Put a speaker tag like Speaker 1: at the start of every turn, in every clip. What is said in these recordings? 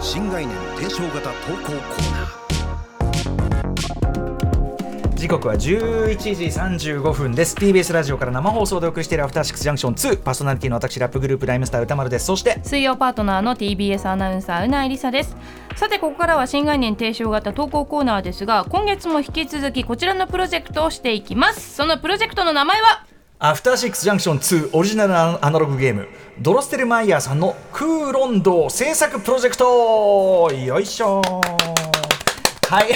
Speaker 1: 新概念提唱型投稿コーナー
Speaker 2: 時刻は11時35分です TBS ラジオから生放送でお送りしているアフターシックスジャンクション2パーソナリティの私ラップグループライムスター歌丸ですそして
Speaker 3: 水曜パートナーの TBS アナウンサーうなえりさですさてここからは新概念提唱型投稿コーナーですが今月も引き続きこちらのプロジェクトをしていきますそのプロジェクトの名前は
Speaker 2: アフターシックスジャンクション2オリジナルアナログゲームドロステルマイヤーさんの空論道制作プロジェクトよいしょ はい。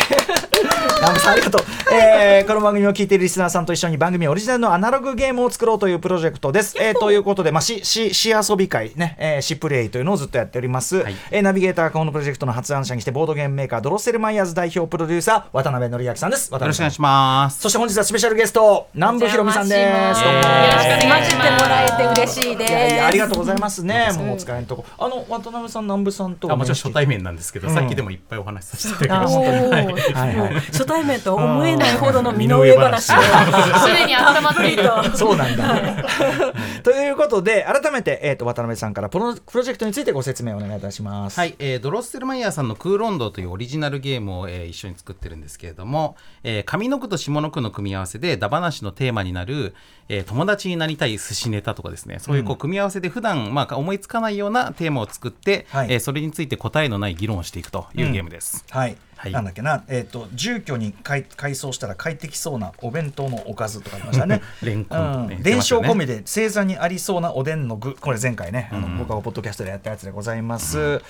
Speaker 2: ナムさんありがとう、えーこの番組を聞いているリスナーさんと一緒に番組オリジナルのアナログゲームを作ろうというプロジェクトです。えーということで、まあ、し、し、し遊び会ね、えーしプレイというのをずっとやっております。えーナビゲーターはこのプロジェクトの発案者にして、ボードゲームメーカー、ドロッセルマイヤーズ代表プロデューサー、渡辺則明さんです。渡
Speaker 4: よろ
Speaker 2: 辺
Speaker 4: しくお
Speaker 2: さん
Speaker 4: 願いします。
Speaker 2: そして本日はスペシャルゲスト南部ひろみさんです。どうも
Speaker 3: よろしくお願いしま
Speaker 5: 混じってもらえて嬉しいです。
Speaker 2: いやいやありがとうございますね。もうお疲れのとこ。あの渡辺さん南部さんと
Speaker 4: あもちろん初対面なんですけど、
Speaker 2: うん
Speaker 4: さっきでもいっぱいお話しさせていただき
Speaker 2: あ
Speaker 4: まし
Speaker 2: 本当に
Speaker 3: おー
Speaker 2: はいはい。
Speaker 5: 初対面と思えないほどの身の上話 を
Speaker 3: すでに温まっている
Speaker 5: たっぷりと
Speaker 2: そうなんだ。 ということで改めてえっと渡辺さんからプロプロジェクトについてご説明お願いいたします。
Speaker 4: た。はい、えードロッセルマイヤーさんの空論道というオリジナルゲームを、えー一緒に作ってるんですけれども、えー上の句と下の句の組み合わせでダバなしのテーマになる、えー友達になりたい寿司ネタとかですね、そういうこう組み合わせで普段まあ思いつかないようなテーマを作って、
Speaker 2: はい
Speaker 4: えーそれについて答えのない議論をしていくというゲームです。
Speaker 2: はい。
Speaker 4: はい
Speaker 2: なんだっけな、えっ、と住居に改改装したら快適そうなお弁当のおかずとかありましたね。
Speaker 4: レンコンね
Speaker 2: うん
Speaker 4: 言って
Speaker 2: 伝
Speaker 4: ました
Speaker 2: 承
Speaker 4: ね
Speaker 2: 込みで星座にありそうなおでんの具、これ前回ね、あの僕がポッドキャストでやったやつでございます。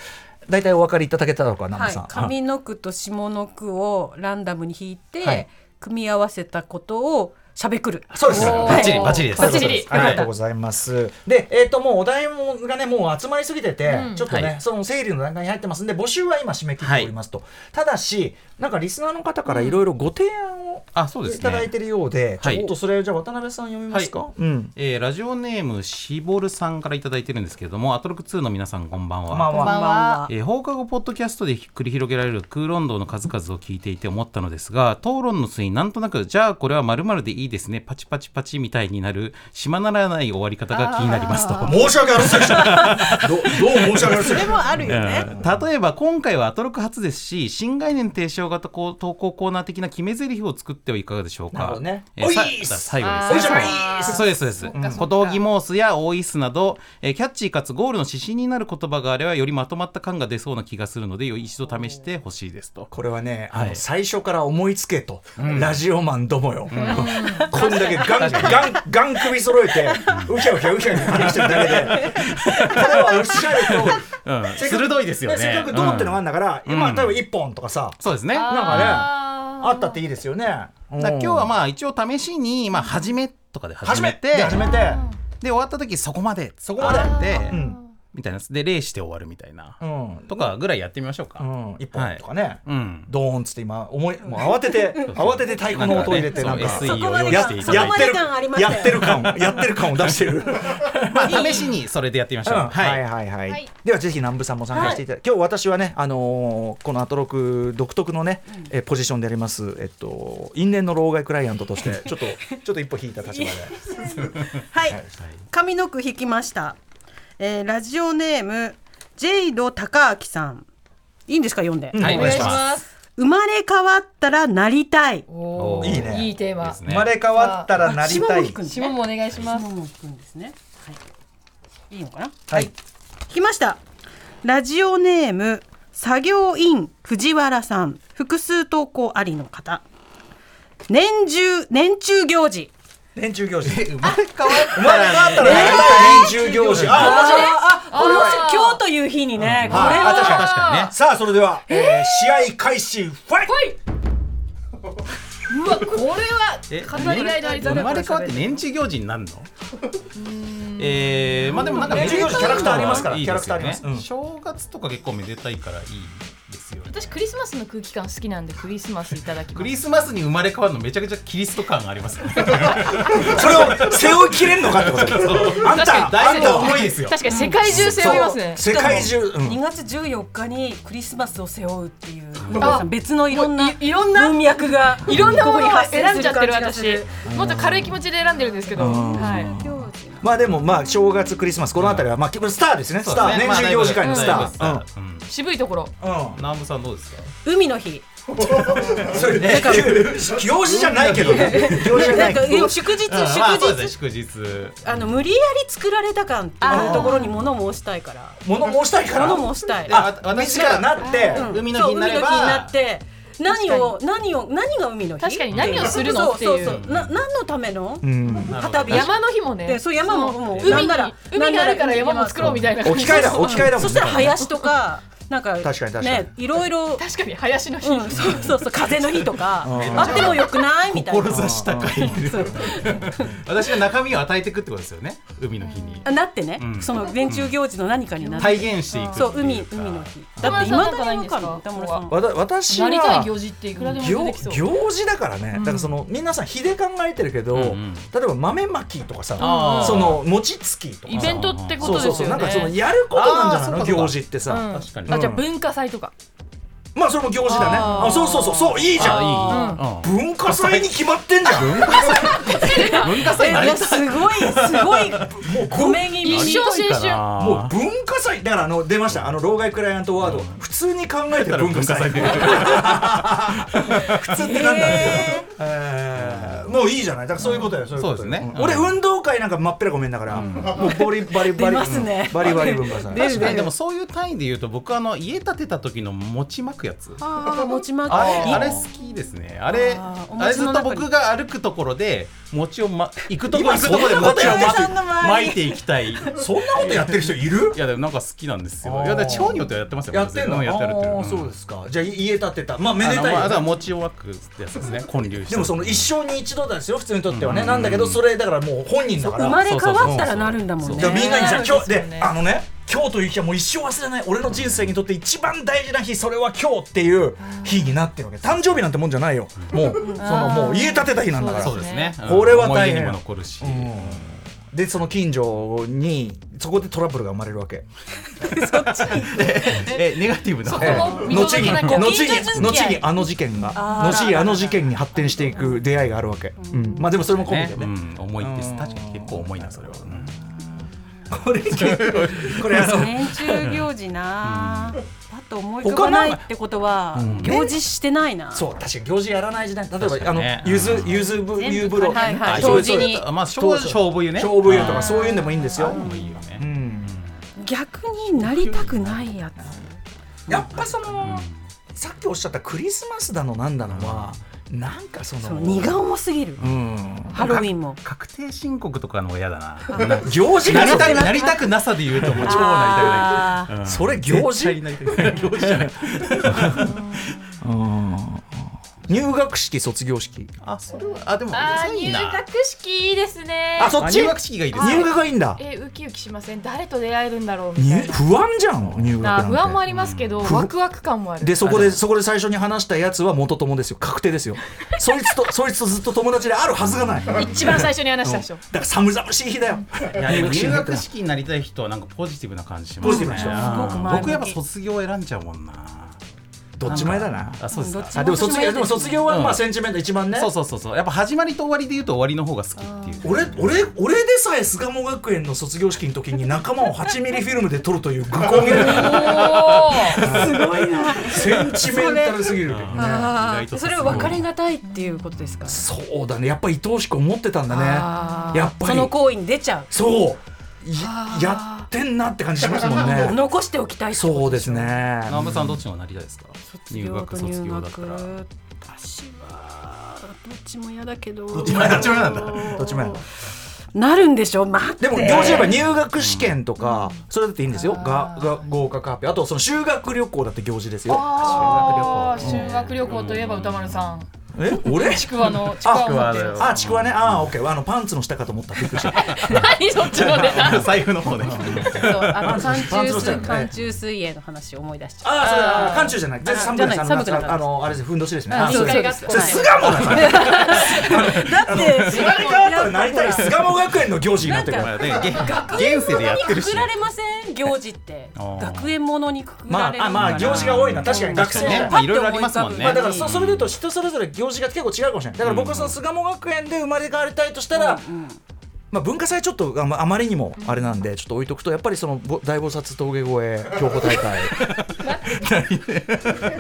Speaker 2: 大体お分かりいただけたのかな、南
Speaker 5: は
Speaker 2: 部
Speaker 5: い
Speaker 2: さん。、
Speaker 5: 上の句と下の句をランダムに引いて、
Speaker 2: はい
Speaker 5: 組み合わせたことをしゃべくる。
Speaker 2: そうです
Speaker 5: おー
Speaker 4: バッチリバッチリです
Speaker 2: そうで
Speaker 3: バ
Speaker 2: す
Speaker 3: ッチ
Speaker 2: そう
Speaker 3: リ
Speaker 2: ですありがとうございます。で、えっ、と、もうお題もがね、もう集まりすぎてて、
Speaker 3: ん
Speaker 2: ちょっとね、
Speaker 4: はい
Speaker 2: その整理の段階に入ってますんで、募集は今締め切っておりますと。ただし、なんかリスナーの方からいろいろご提案を、
Speaker 4: あそうですね
Speaker 2: いただいてるようで、
Speaker 4: はい
Speaker 2: ちょっとそれ、じゃあ渡辺さん読みますか。
Speaker 4: はい
Speaker 2: うん。
Speaker 4: えーラジオネームシボルさんからいただいてるんですけれども、アトロク2の皆さんこんばんは。
Speaker 2: こんばんは
Speaker 3: こんばんは
Speaker 4: えー放課後ポッドキャストで繰り広げられる空論道の数々を聞いていて思ったのですが討論の末になんとなくじゃあこれはまるでいいですねパチパチパチみたいになるしまならない終わり方が気になりますと。
Speaker 2: 申し訳ありませんでした。どどう申し訳ありません
Speaker 5: それもあるよね。
Speaker 4: うん例えば今回はアトロク初ですし新概念提唱型こう投稿コーナー的な決め台詞を作ってはいかがでしょう
Speaker 2: なるほ
Speaker 4: か
Speaker 2: どね
Speaker 4: えーさ
Speaker 2: おいっす
Speaker 4: 最後です
Speaker 3: あー
Speaker 4: ね
Speaker 2: おいしゃまいっす
Speaker 4: そうですそうです
Speaker 3: っかそっ。か
Speaker 4: 小峠モースや大イスなど、えーキャッチーかつゴールの指針になる言葉があればよりまとまった感が出そうな気がするのでよ一度試してほしいですと。
Speaker 2: これはね、あの
Speaker 4: はい
Speaker 2: 最初から思いつけと、ラジオマンどもよ、 こんだけガンガンガン首揃えてうひゃうひゃうひゃうひゃしてるだけでただはおっしゃると
Speaker 4: うん
Speaker 2: せっかく
Speaker 4: 鋭いですよね。
Speaker 2: せっかくどうってのがあ
Speaker 4: うん
Speaker 2: んだから、
Speaker 4: うん
Speaker 2: 今例えば1本とかさ、
Speaker 4: そうですね。だか
Speaker 2: なんかね
Speaker 3: あー
Speaker 2: あったっていいですよね
Speaker 4: ら今日は
Speaker 2: あ
Speaker 4: まあ一応試しにまあ始めとかで始
Speaker 2: 初め
Speaker 4: め
Speaker 2: て
Speaker 4: て
Speaker 2: 初めて
Speaker 4: で終わった時そこまでそ
Speaker 2: こまで
Speaker 4: で
Speaker 2: うん
Speaker 4: みたいなで例して終わるみたいな
Speaker 2: うん
Speaker 4: とかぐらいやってみましょう
Speaker 2: う
Speaker 4: か。
Speaker 2: ん1本とかね、
Speaker 4: うん。
Speaker 2: ドーンっつって今思いもう慌てて慌てて太鼓の音を入れてなんか
Speaker 4: そう SE
Speaker 5: そこまで
Speaker 4: を用意し
Speaker 2: や
Speaker 4: てい
Speaker 5: そ
Speaker 4: た
Speaker 5: こ
Speaker 4: だ
Speaker 2: や
Speaker 4: い
Speaker 2: ってる
Speaker 4: て
Speaker 5: まで感ありました
Speaker 2: や
Speaker 5: よ
Speaker 2: ってる感をやってる感を出して る。
Speaker 4: まあ試しにそれでやってみましょう。
Speaker 2: うんは
Speaker 4: はいい。
Speaker 2: はいはい、
Speaker 3: はい
Speaker 2: ではぜひ南部さんも参加していただき、今日私はね、あのーこのアトロク独特のね、えーポジションであります、えっと、因縁の老害クライアントとしてちょっとちょっと一歩引いた立場で
Speaker 5: はい、上の句引きました。えーラジオネームジェイド高明さん。いいんですか読んで。
Speaker 4: はい
Speaker 2: うん
Speaker 4: お願いします。
Speaker 5: 生まれ変わったらなりたい。
Speaker 3: おー
Speaker 2: いいね
Speaker 3: いいテーマ
Speaker 4: です
Speaker 2: 生
Speaker 4: ね
Speaker 2: まれ変わったらなりた
Speaker 5: あ下も
Speaker 2: い
Speaker 5: 引くんですね
Speaker 3: 下もお願いします
Speaker 5: 下も引くんですね。はい。いいのかな。
Speaker 2: はい
Speaker 5: 来ましたラジオネーム作業員藤原さん複数投稿ありの方年中年中行事
Speaker 2: 年中行事生
Speaker 4: 生まれ変わった
Speaker 2: まれ変わったらなりたい年中行事あ面白い
Speaker 5: あああ今日という日にねこれ
Speaker 2: あ確かに
Speaker 5: は
Speaker 4: 確かにね。
Speaker 2: さあそれでは、えー試合開始ファイト
Speaker 3: うわこれ
Speaker 4: え
Speaker 3: は語りがいのありさ
Speaker 4: 生まれ変わって年中行事になるのえー、まあでもなんか
Speaker 2: 年中行事キャラクターありますから
Speaker 4: いいですよね
Speaker 2: キャラクターあります
Speaker 4: 正月とか結構めでたいからいいですよね
Speaker 3: 私クリスマスの空気感好きなんでクリスマスいただきます
Speaker 4: クリスマスに生まれ変わるのめちゃくちゃキリスト感があ りますね
Speaker 2: それを背負いきれんのかってことあんた
Speaker 4: だ
Speaker 2: あ
Speaker 4: い
Speaker 2: ん
Speaker 4: ぶ
Speaker 2: た
Speaker 4: 重いですよ
Speaker 3: 確かに世界中背負いますね
Speaker 2: 世界中、うん
Speaker 5: 2月14日にクリスマスを背負うっていう
Speaker 3: あ
Speaker 5: 別のいろんない
Speaker 3: いろんな
Speaker 5: 文脈が
Speaker 3: いろんなものを
Speaker 5: ここに発生
Speaker 3: 選ん
Speaker 5: す
Speaker 3: じゃってる
Speaker 5: 感じがす
Speaker 3: 私もっと軽い気持ちで選んでるんですけど、はい、
Speaker 5: 行事
Speaker 2: まあでもまあ正月クリスマスこの辺りはまあスターですねスター年中行事会のスターうん
Speaker 4: ー。
Speaker 3: 渋いところ
Speaker 2: うん
Speaker 4: 南部さんどうですか
Speaker 5: 海の日
Speaker 2: それね行事じゃないけどね行事じゃな
Speaker 5: ないん
Speaker 2: け
Speaker 5: か
Speaker 2: ど
Speaker 5: いや祝日祝
Speaker 4: うんまあそうで
Speaker 5: 日
Speaker 4: すね、祝日。
Speaker 5: あの無理やり作られた感っていうところに物申したいから
Speaker 2: 物申したいから
Speaker 5: 物申したい
Speaker 4: で
Speaker 2: あ自らなって
Speaker 5: うん
Speaker 4: 海の日になれば
Speaker 5: そう海の日になって何を何を何が海の日
Speaker 3: 確かに何をするのって
Speaker 5: そ
Speaker 3: いうう
Speaker 5: そうそうな何のための
Speaker 2: うん
Speaker 5: 旗火
Speaker 3: 山の日もね
Speaker 5: でそう山ももう
Speaker 3: 海
Speaker 5: なん
Speaker 3: に
Speaker 5: なら
Speaker 3: 海があるから山も作ろうみたいな感
Speaker 2: 置
Speaker 3: じ
Speaker 2: き換えだ置き換えだもんね
Speaker 5: そしたら林とかなんか
Speaker 2: 確かに確かに
Speaker 5: ねいろいろ
Speaker 3: 確かに林の日、
Speaker 5: うん、そうそうそう風の日とか
Speaker 2: ん
Speaker 5: あってもよくないみたいな
Speaker 4: 志高い。私が中身を与えていくってことですよね、海の日に。
Speaker 5: あなってね、
Speaker 4: うん
Speaker 5: その年中行事の何かになって、
Speaker 4: 体現していくってい
Speaker 5: そう
Speaker 4: か。
Speaker 5: 海海の日だ
Speaker 3: 田
Speaker 5: っ
Speaker 3: 村
Speaker 5: てい
Speaker 3: さん
Speaker 5: ま
Speaker 3: なんか
Speaker 5: だ
Speaker 3: ない
Speaker 5: に
Speaker 3: んで
Speaker 5: 分
Speaker 3: すか
Speaker 5: かんない田村さん
Speaker 2: わた私は
Speaker 3: なりたい行事っていくらでも出
Speaker 2: 行
Speaker 3: てきそう
Speaker 2: 行事だからね、だからその皆さん日で考えてるけど、
Speaker 4: うんうん
Speaker 2: 例えば豆まきとかさ
Speaker 4: あー
Speaker 2: その餅つきとか
Speaker 3: イベントってこ
Speaker 2: そ
Speaker 3: と
Speaker 2: う
Speaker 3: です
Speaker 2: そうそうな
Speaker 3: よね
Speaker 2: んかそのやることなんじゃない
Speaker 4: あ
Speaker 2: の
Speaker 4: ーそうか
Speaker 2: 行事って
Speaker 3: う
Speaker 2: さ、
Speaker 3: ん
Speaker 4: 確かに
Speaker 3: あじゃあ文化祭とか
Speaker 2: まあそれも行事だね
Speaker 3: あー
Speaker 2: あそうそうそうそういいじゃん
Speaker 4: あいい。うん
Speaker 2: 文化祭に決まってんじゃんも
Speaker 4: 文化祭
Speaker 5: え
Speaker 4: ないり
Speaker 5: やすごいすごいうごめん
Speaker 3: 一
Speaker 5: 気味
Speaker 3: 生青春
Speaker 2: もう
Speaker 4: も
Speaker 2: 文化祭だからあの出ましたあの老害クライアントワード、普通に考えて
Speaker 4: う
Speaker 2: 文化祭
Speaker 4: で。
Speaker 2: 普通ってなんだえーもういいじゃないだからそういうことよ、そういうことよ
Speaker 4: そうですね
Speaker 2: ん俺
Speaker 4: うん
Speaker 2: 運動会なんかまっぺらごめんだから、もうバリバリバリ
Speaker 5: 出ますね
Speaker 2: うんバリバリ文化祭
Speaker 4: 確か にでもそういう単位で言うと僕あの家建てた時の餅巻くやつ
Speaker 5: あー持ちま
Speaker 4: あれ
Speaker 5: いい
Speaker 4: あれ好きですねあれ
Speaker 5: あーお餅の中に
Speaker 4: あれずっと僕が歩くところで餅を、ま、行くとこ
Speaker 2: 今
Speaker 4: 行くとこで
Speaker 2: そんなこ
Speaker 4: 餅
Speaker 2: と
Speaker 4: を
Speaker 2: や
Speaker 4: 巻
Speaker 5: さんの
Speaker 4: く
Speaker 5: 周り
Speaker 4: 巻いていきたいい
Speaker 2: そんなことやってる人いる
Speaker 4: やでもなんか好きなんです
Speaker 2: あ
Speaker 4: よ
Speaker 2: ー
Speaker 4: いやで地方によってはやってますよ
Speaker 2: やってんの
Speaker 4: うんやってるやってる
Speaker 2: あーそうですかじゃあい家建てたまあめ
Speaker 4: あ
Speaker 2: で
Speaker 4: の
Speaker 2: たい
Speaker 4: まああ
Speaker 2: よ
Speaker 4: と
Speaker 2: ね
Speaker 4: は餅を巻くってやつですね混流して
Speaker 2: でもその一生に一度ですよ普通にとってはね、なんだけどそれだからもう本人だから
Speaker 5: 生まれ変わったらなるんだもんね
Speaker 2: じゃあみんなにさ、今
Speaker 3: ね
Speaker 2: 日
Speaker 3: そうです
Speaker 2: で
Speaker 3: よね
Speaker 2: あのね今日という日はもう一生忘れない俺の人生にとって一番大事な日それは今日っていう日になってるわけ誕生日なんてもんじゃないよもうそのもう家建てた日なんだから
Speaker 4: そうですね
Speaker 2: これは大変
Speaker 4: 思い出にも残るし、
Speaker 2: うんでその近所にそこでトラブルが生まれるわけ
Speaker 4: えネガティブな
Speaker 3: ええ
Speaker 2: 後
Speaker 3: 見
Speaker 2: に後
Speaker 3: 届けなきゃ
Speaker 2: に
Speaker 5: ご近所付き合
Speaker 2: 後
Speaker 5: い
Speaker 2: にあの事件が
Speaker 5: あー
Speaker 2: 後にあの事件に発展していく出会いがあるわけ、うんまあでもそれも込み
Speaker 4: ね
Speaker 2: で
Speaker 4: う
Speaker 2: ね
Speaker 4: ん、重いです
Speaker 2: うん
Speaker 4: 確かに結構重いなそれは、うん
Speaker 2: これこれあの
Speaker 5: 年中行事なあ、パッと思い浮か
Speaker 2: 他
Speaker 5: ば
Speaker 2: な
Speaker 5: なんい
Speaker 2: か
Speaker 5: ってことは、行事してないな
Speaker 2: そう確かに行事やらない時代例えば、
Speaker 4: 確か
Speaker 2: あ
Speaker 4: に
Speaker 2: の
Speaker 4: ね
Speaker 2: ゆず
Speaker 4: うん
Speaker 2: ゆずぶ
Speaker 3: 全部
Speaker 2: ゆぶろ
Speaker 3: はいはい
Speaker 2: あ
Speaker 3: そう
Speaker 2: そう
Speaker 3: 同時に
Speaker 4: まあ勝負勝負湯ね
Speaker 2: 勝負湯と
Speaker 4: あ
Speaker 2: かそういうんでもいいんですよ
Speaker 4: ーもいいよね、
Speaker 2: うん
Speaker 5: 逆になりたくないや
Speaker 2: やっぱそのさっきおっしゃったクリスマスだのなんだのはなんかそ
Speaker 5: つそ
Speaker 2: の
Speaker 5: う荷が重すぎる、
Speaker 2: うん
Speaker 5: ハロウィンも
Speaker 4: 確定申告とかの方が嫌だな。
Speaker 2: 行事
Speaker 4: な
Speaker 2: が
Speaker 4: りた
Speaker 2: な
Speaker 4: く
Speaker 2: い
Speaker 4: なりたくなさで言うともう超なりたくない。うん
Speaker 2: それ行事
Speaker 4: 絶対なりたくない行事じゃない。
Speaker 2: 入学式卒業式
Speaker 4: あそれはあでも
Speaker 3: あ
Speaker 4: そ
Speaker 3: ー
Speaker 4: れいい
Speaker 3: 入
Speaker 4: な。
Speaker 3: 学式いいですね
Speaker 2: あそっち
Speaker 4: 入学式がいいですね。
Speaker 2: 入学がいいんだ
Speaker 3: えウキウキしません誰と出会えるんだろうみ
Speaker 2: 入
Speaker 3: たいな
Speaker 2: 不安じゃん入学
Speaker 3: な
Speaker 2: なんて
Speaker 3: 不安もありますけど
Speaker 2: ふ
Speaker 3: ワクワク感もある
Speaker 2: でそこでそこで最初に話したやつは元友ですよ確定ですよそいつとそいつとずっと友達であるはずがないだか
Speaker 3: 一番最初に話した人
Speaker 2: ら寒々しい日だよ
Speaker 4: いやでも入学式になりたい人はなんかポジティブな感じしま
Speaker 2: ポジ
Speaker 4: す
Speaker 2: ティブ
Speaker 4: ね。
Speaker 2: でしょ
Speaker 5: すごく前向き
Speaker 4: 僕やっぱ卒業選んじゃうもんな。
Speaker 2: どっち前だな
Speaker 4: あそうです
Speaker 5: ど
Speaker 4: か
Speaker 5: っ。ち
Speaker 2: あでも卒業でも卒業は
Speaker 4: うん
Speaker 2: まあセンチメント一番ね
Speaker 4: そうそうそうそう。やっぱ始まりと終わりで言うと終わりの方が好きっていう。
Speaker 2: 俺俺俺でさえ巣鴨学園の卒業式の時に仲間を8ミリフィルムで撮るという愚行みたい な
Speaker 3: おー
Speaker 5: すごいな
Speaker 2: センチメンタルすぎるけどね
Speaker 5: あ
Speaker 4: 意外
Speaker 5: ー
Speaker 4: と
Speaker 5: それは別れがたいっていうことですか
Speaker 2: そうだねやっぱり愛おしく思ってたんだ
Speaker 5: あー
Speaker 2: ねやっぱり
Speaker 5: その行為に出ちゃ
Speaker 2: そういやってんなって感じしますも ん
Speaker 5: う
Speaker 2: ね
Speaker 5: 残しておきたいってこと
Speaker 2: そうですね
Speaker 4: ナムさんどっちの方がなりたいですか。入学卒業だったら。
Speaker 5: 私はどっちも嫌だけど
Speaker 2: どっちも嫌どっちも嫌なんだどっちも嫌
Speaker 5: なるんでしょ待って
Speaker 2: でも行事言えば入学試験とかそれだっていいんですよがが合格発表あとその修学旅行だって行事ですよ
Speaker 3: あー修学旅行といえば歌丸さん
Speaker 2: え俺
Speaker 3: ちくわのちくわを持ってる
Speaker 2: あちくわねあーオッケーあのパンツの下かと思ったびっくりした
Speaker 3: 何そっちのネタ
Speaker 4: 財布の方で。
Speaker 5: そうあの寒
Speaker 2: パンツ
Speaker 5: 中
Speaker 2: の下に
Speaker 5: 水
Speaker 2: ね
Speaker 5: 寒中水泳の話を思い出しちゃう
Speaker 2: ああ、それ、あー寒中じゃない。全然寒くない。
Speaker 5: じゃない寒くな
Speaker 2: あ
Speaker 5: い
Speaker 2: のあの、あれです、ふんどしですね。
Speaker 3: あ
Speaker 2: あそう
Speaker 3: そう
Speaker 2: で
Speaker 3: ですす
Speaker 2: それ、巣鴨だから。
Speaker 5: だって
Speaker 2: 生まれ変わったらなりたい、巣鴨学園の行事になってくる
Speaker 4: まあねげ現世でやってるし
Speaker 5: く。られません行事って
Speaker 4: あー
Speaker 5: 学園ものにくく
Speaker 2: ま
Speaker 5: ら
Speaker 2: あ
Speaker 5: れ、る
Speaker 2: あ、まあ、行事が多いな、確かに学生。
Speaker 4: ね
Speaker 2: ま
Speaker 4: まあいろいろありますもんね
Speaker 2: あ、だから、そ、それで言うと、人それぞれ行事が結構違うかもしれない。だから、僕はその巣鴨学園で生まれ変わりたいとしたら。まあ、文化祭ちょっとあまあまりにもあれなんでちょっと置いとくとやっぱりそのぼ大菩薩峠越え競歩大会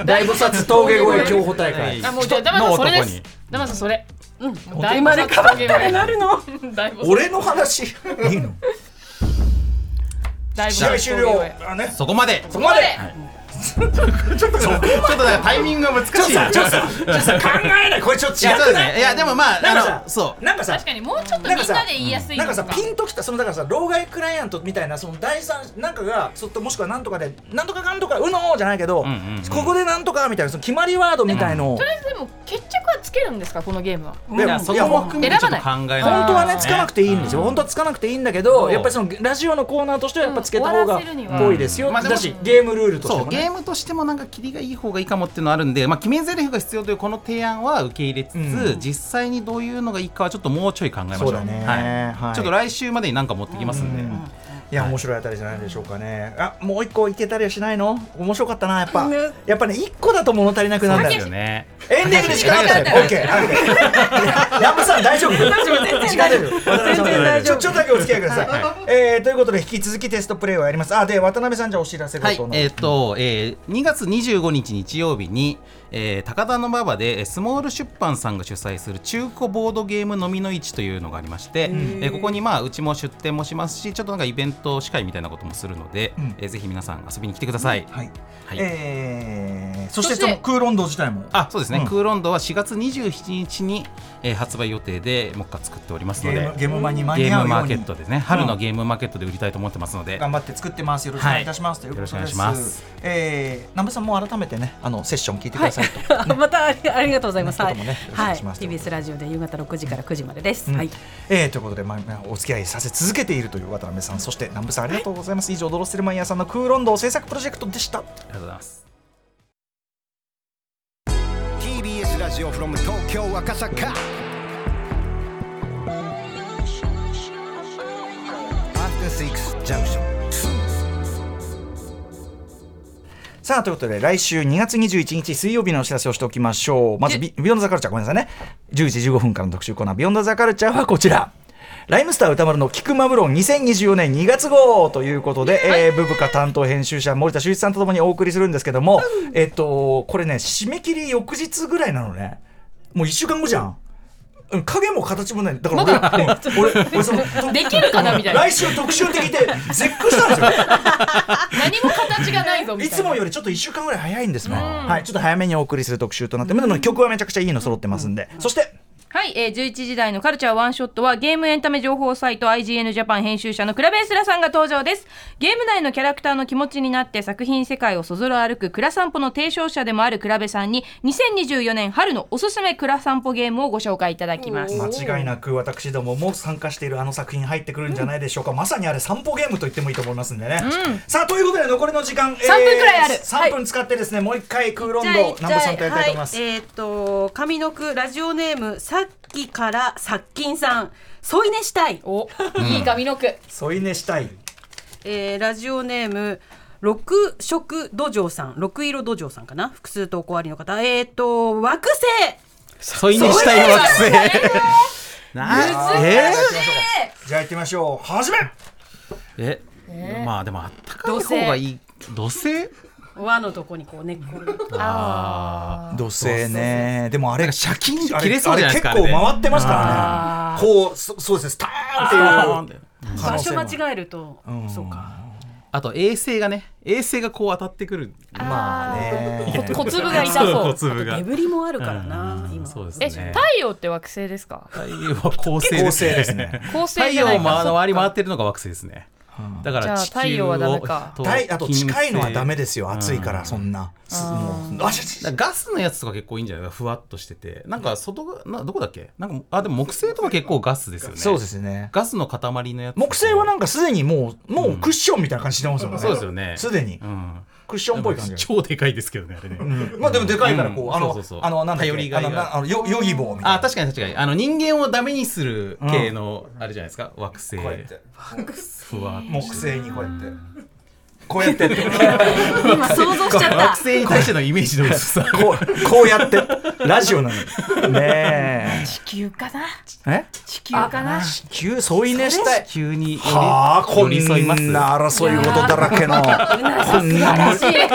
Speaker 2: 大菩薩峠越え競歩大会
Speaker 6: あもうじゃあダマさんそれですダマさんそれうん大丸
Speaker 5: 生まれ変わったらなるの
Speaker 6: 大菩薩
Speaker 2: 俺の話いいの
Speaker 6: 大菩
Speaker 2: 試合
Speaker 6: 薩
Speaker 2: 終了
Speaker 6: 峠越
Speaker 2: あね
Speaker 4: そこまで
Speaker 2: そこまで
Speaker 4: ちょっとなんかちょっとなんかタイミングが難しい
Speaker 2: ちょっと さちょっとさちょっとさ考えないこれちょっと
Speaker 4: いやそう
Speaker 2: 違
Speaker 4: で
Speaker 2: う
Speaker 4: すねいやでもまあ
Speaker 2: なんか
Speaker 4: あ
Speaker 2: さ
Speaker 4: のそう
Speaker 2: なんかさ
Speaker 6: 確かにもうちょっとみん
Speaker 2: なん
Speaker 6: なで
Speaker 2: かさ
Speaker 6: 言いやすい
Speaker 2: なん
Speaker 6: の
Speaker 2: かさ
Speaker 6: か
Speaker 2: ピンときたそのだからさ老害クライアントみたいなその第三なんかがそっともしくはなんとかでなんとかかんとかうのーじゃないけど、
Speaker 4: んうんうん
Speaker 2: ここでなんとかみたいなその決まりワードみたいのを、
Speaker 6: とりあえずでも決着はつけるんですかこのゲーム は
Speaker 4: でもそこも含めてちょっと
Speaker 6: 選
Speaker 4: 考
Speaker 6: ば
Speaker 4: えない
Speaker 2: 本当はねつかなくていいんですよ、本当はつかなくていいんだけど
Speaker 4: そう
Speaker 2: やっぱりそのラジオのコーナーとしてはやっぱつけた方
Speaker 6: うん終わら
Speaker 2: が
Speaker 6: せるには
Speaker 2: っぽいですよ、
Speaker 4: うんまあでも
Speaker 2: だしゲームルールとして
Speaker 4: そう
Speaker 2: も
Speaker 4: ゲ
Speaker 2: ね
Speaker 4: ームとしてもなんかキリがいい方がいいかもっていうのあるんで、まあ、決め台詞が必要というこの提案は受け入れつつ、
Speaker 2: う
Speaker 4: 実際にどういうのがいいかはちょっともうちょい考えましょう
Speaker 2: そうだね
Speaker 4: はい
Speaker 2: はい
Speaker 4: ちょっと来週までに何か持ってきますんで、
Speaker 2: いや面白いあたりじゃないでしょうかねあもう一個いけたりはしないの面白かったなやっぱ、
Speaker 5: ね
Speaker 2: やっぱね一個だと物足りなくなるんだよ
Speaker 4: ですよね
Speaker 2: エンディングで時間がない。オッケー。ヤンマさん大丈夫。時間出る。
Speaker 5: 全然大
Speaker 2: ち
Speaker 5: 丈
Speaker 2: ょ
Speaker 5: 夫
Speaker 2: ちょっとだけお付き合いください。えーということで引き続きテストプレイをやります。あで渡辺さんじゃあお知らせ
Speaker 4: は
Speaker 2: ご
Speaker 4: い
Speaker 2: との。
Speaker 4: えっ、と、えー、2月25日日曜日に、えー高田の馬場でえースモール出版さんが主催する中古ボードゲーム飲みの市というのがありまして、えーここにまあうちも出店もしますしちょっとなんかイベント司会みたいなこともするので、
Speaker 2: ん
Speaker 4: えーぜひ皆さん遊びに来てください、
Speaker 2: はい。
Speaker 4: はい
Speaker 2: えーそして
Speaker 6: そして
Speaker 2: その空論道自体も。
Speaker 4: あそうです
Speaker 2: う
Speaker 4: ね、
Speaker 2: ん
Speaker 4: クーロンドは4月27日に、えー発売予定でもう一回作っております
Speaker 2: ゲ
Speaker 4: ので
Speaker 2: ームゲームマに間
Speaker 4: ゲ
Speaker 2: に
Speaker 4: ー
Speaker 2: 合う
Speaker 4: ムマ
Speaker 2: よ
Speaker 4: ー
Speaker 2: う
Speaker 4: ケ
Speaker 2: に
Speaker 4: ットですね、春のゲームマーケットで売りたいと思ってますので、
Speaker 2: 頑張って作ってます。よろしくお願いいたします。ということ
Speaker 4: よ
Speaker 2: で
Speaker 4: ろし
Speaker 2: す。
Speaker 4: くお願いします
Speaker 2: えー南部さんも改めてねあのセッション聞いてくださいと。
Speaker 5: またありありがとうございます。はい、
Speaker 2: この人ともねよろしくお
Speaker 5: は
Speaker 2: 願
Speaker 5: い、
Speaker 2: いします
Speaker 5: TBS ラジオで夕方6時から9時までです。
Speaker 2: うん
Speaker 5: はい、
Speaker 2: えーということで、まあまあ、お付き合いさせ続けているという渡辺さんそして南部さんありがとうございます以上ドロステルマイヤーさんの空論道制作プロジェクトでした。
Speaker 4: ありがとうございます。
Speaker 1: TBS ラジオ from 東京赤坂 After Six Junction
Speaker 2: さあということで来週2月21日水曜日のお知らせをしておきましょうまずビビヨンドザカルチャーごめんなさいね11時15分からの特集コーナービヨンドザカルチャーはこちらライムスター歌丸の「菊マブロン2024年2月号」ということで、えーブブカ担当編集者森田修一さんとともにお送りするんですけども、えっとこれね締め切り翌日ぐらいなのねもう1週間後じゃんうん影も形もないだから俺,、 俺俺その
Speaker 6: できるかなみたいな
Speaker 2: 来週特集的で絶句したんですよ
Speaker 6: 何も形がないぞみ
Speaker 2: い
Speaker 6: た
Speaker 2: つ
Speaker 6: い
Speaker 2: も
Speaker 6: な
Speaker 2: よりちょっと1週間ぐらい早いんですね、はい、ちょっと早めにお送りする特集となって、でも曲はめちゃくちゃいいの揃ってますんで、そして
Speaker 3: はい、えー、11時台のカルチャーワンショットはゲームエンタメ情報サイト IGN ジャパン編集者のクラベンスラさんが登場です。ゲーム内のキャラクターの気持ちになって作品世界をそぞろ歩くクラ散歩の提唱者でもあるクラベさんに2024年春のおすすめクラ散歩ゲームをご紹介いただきます。
Speaker 2: 間違いなく私どもも参加しているあの作品入ってくるんじゃないでしょうか、まさにあれ散歩ゲームと言ってもいいと思いますんでね、さあということで残りの時間3
Speaker 3: 分くらいある
Speaker 2: 3分使ってですね、もう一回空論
Speaker 5: じゃあ
Speaker 2: 道
Speaker 5: 一
Speaker 2: 南部さん
Speaker 5: 回
Speaker 2: とやりたいと思います、
Speaker 5: はい、えーっ、と上の句ラジオネームさっきからさっきんさん添い寝したい、
Speaker 6: おいい髪の毛
Speaker 2: 添い寝したい
Speaker 5: えー、ラジオネーム六色土壌さん六色土壌さんかな複数投稿ありの方えーっ、と惑星
Speaker 4: 添い寝したい惑星。 なえ
Speaker 2: じゃあ行ってみましょう始め
Speaker 4: ー、え、まあでもあったかい方がいい。土星
Speaker 5: 輪のとこにこう根っこ が
Speaker 4: あ
Speaker 2: 土星ねでもあれが
Speaker 4: シャキン
Speaker 2: あ
Speaker 4: 切
Speaker 2: れ
Speaker 4: れそうじゃないですか。
Speaker 2: あれ結構
Speaker 4: あ
Speaker 2: 回ってましたからねこうそそうですねスターンっていう
Speaker 4: れね
Speaker 2: 可
Speaker 5: 場
Speaker 2: 能
Speaker 5: 所
Speaker 2: 性も
Speaker 5: 間違えるとそうか
Speaker 4: あと衛星がね、衛星がこう当たってくる。
Speaker 2: まあね
Speaker 6: 小粒が痛 そう
Speaker 4: そう小粒が
Speaker 5: デ。ブリもあるからな
Speaker 4: うん
Speaker 5: 今
Speaker 4: そうです
Speaker 6: え
Speaker 4: ね。
Speaker 6: 太陽って惑星ですか
Speaker 4: 太陽は恒星
Speaker 2: 構
Speaker 4: で
Speaker 2: 成
Speaker 4: す
Speaker 2: で
Speaker 4: ね。
Speaker 2: すね。
Speaker 6: 恒星
Speaker 4: 太
Speaker 6: じゃ
Speaker 4: 陽
Speaker 6: な
Speaker 4: を
Speaker 6: いか
Speaker 4: 回回り回っ
Speaker 6: そ
Speaker 4: てるのが惑星ですね。だか
Speaker 6: じゃあ
Speaker 4: ら地球を
Speaker 6: 太陽はダメか
Speaker 4: と
Speaker 2: 大あと
Speaker 4: 金星
Speaker 2: 近いのはダメですよ。暑いからそんな。すもうあちょちょ
Speaker 4: だからガスのやつとか結構いいんじゃないかふわっとしててなんか外がなどこだっけなんかあでも木星とか結構ガスですよね
Speaker 2: そうですね。
Speaker 4: ガスの塊のやつ
Speaker 2: 木星はなんかすでにもうもうクッションみたいな感じしてますよね。
Speaker 4: そうですよね
Speaker 2: すでに
Speaker 4: うん
Speaker 2: クッションっぽい感じ。
Speaker 4: 超でかいですけどねあれね、
Speaker 2: うんまあでもでかいからこ
Speaker 4: う
Speaker 2: うんあ
Speaker 4: そう
Speaker 2: の
Speaker 4: そうそう
Speaker 2: あのなんだっ
Speaker 4: 頼り
Speaker 2: け
Speaker 4: が
Speaker 2: あ
Speaker 4: い
Speaker 2: の
Speaker 4: が
Speaker 2: なあのよヨギボーみたい
Speaker 4: あ
Speaker 2: な。
Speaker 4: 確かに確かにあの人間をダメにする系の、あれじゃないですか惑星
Speaker 2: こうやって
Speaker 4: ふわっと
Speaker 2: 木星にこうやってこうやってって
Speaker 5: 今想像しちゃっ た
Speaker 4: 惑星に対してのイメージの薄さ
Speaker 2: こうこうやってラジオなのにねえ。
Speaker 3: 地球かな
Speaker 2: え
Speaker 3: 地球かな
Speaker 2: 地球添い寝したい
Speaker 4: 急に寄り
Speaker 2: はあこん
Speaker 4: 寄
Speaker 2: な
Speaker 4: り添います
Speaker 2: 争い事だらけのこんな
Speaker 3: 正 解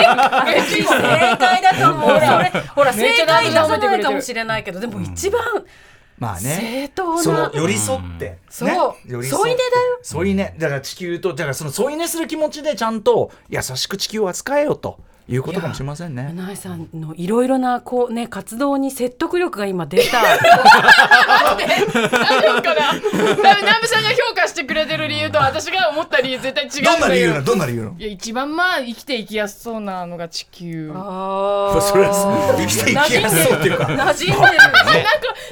Speaker 3: だと思う
Speaker 5: ほら
Speaker 3: めっち
Speaker 5: 正
Speaker 3: ゃラブ
Speaker 5: 解出さ
Speaker 3: 舐めてくれ
Speaker 5: ない
Speaker 3: てる
Speaker 5: かもしれないけどでも一番
Speaker 2: まあね
Speaker 5: 正当
Speaker 2: そ
Speaker 5: な
Speaker 2: の寄り添って、ね、
Speaker 5: そう
Speaker 2: 寄り
Speaker 5: 添い寝だよ
Speaker 2: 添い寝だから地球とだからその添い寝する気持ちでちゃんと優しく地球を扱えよということかもしれませんね
Speaker 5: なえさんのいろいろなこうね活動に説得力が今出 た
Speaker 3: 大丈夫かな南部さんが評価してくれてる理由と私が思った理由絶対違うだよ
Speaker 2: どんな理由なの
Speaker 3: いや一番まあ生きていきやすそうなのが地球あ
Speaker 5: あー
Speaker 2: それは生きていきやすそうっていうか
Speaker 5: 馴染んでる
Speaker 3: なんか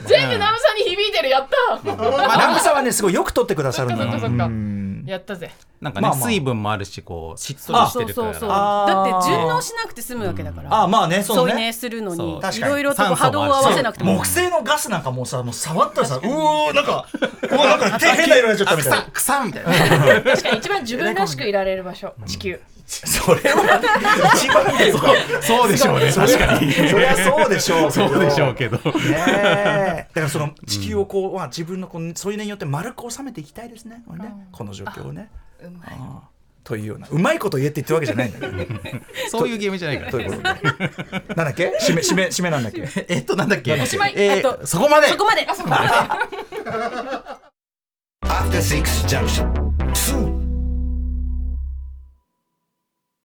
Speaker 3: 全部南部さんに響いてるやった
Speaker 2: まあ、ラムさんはねすごいよく撮ってくださるんだ
Speaker 3: そっかそっかそっかやったぜ
Speaker 4: なんかね、
Speaker 2: まあまあ
Speaker 4: 水分もあるしこうしっとりして
Speaker 5: そう
Speaker 4: るか
Speaker 5: そ
Speaker 4: ら
Speaker 5: うそう
Speaker 2: あー
Speaker 5: だって順応しなくて済むわけだから、
Speaker 2: あまあねそ
Speaker 5: 添
Speaker 2: う
Speaker 5: い
Speaker 2: ね
Speaker 5: 寝するの
Speaker 4: そ
Speaker 5: に
Speaker 4: う
Speaker 2: 確
Speaker 5: い
Speaker 2: かに
Speaker 5: ろいろとこう波動を合わせなくても
Speaker 2: 木製のガスなんかもうさもう触ったらさうおーなんかうわなんか手変な色になっちゃったみたいな
Speaker 4: 草草みたいな
Speaker 3: 確かに一番自分らしくいられる場所地球
Speaker 2: それは一番ね
Speaker 4: そうでしょうね確かに
Speaker 2: そりゃそうでしょうけど
Speaker 4: そうでしょうけど
Speaker 2: ねえだからその地球をこう、まあ自分のこうそういう念によって丸く収めていきたいですねこれねこの状況をね
Speaker 3: うまい
Speaker 2: というようなうまいこと言えって言ってるわけじゃないんだけどね
Speaker 4: そういうゲームじゃないから
Speaker 2: ということでなんだっけ締め締め締めなんだっけ
Speaker 4: えっとなんだっけお
Speaker 3: しまい
Speaker 4: えー、そこまで
Speaker 5: そこまで
Speaker 1: After Six Junction 2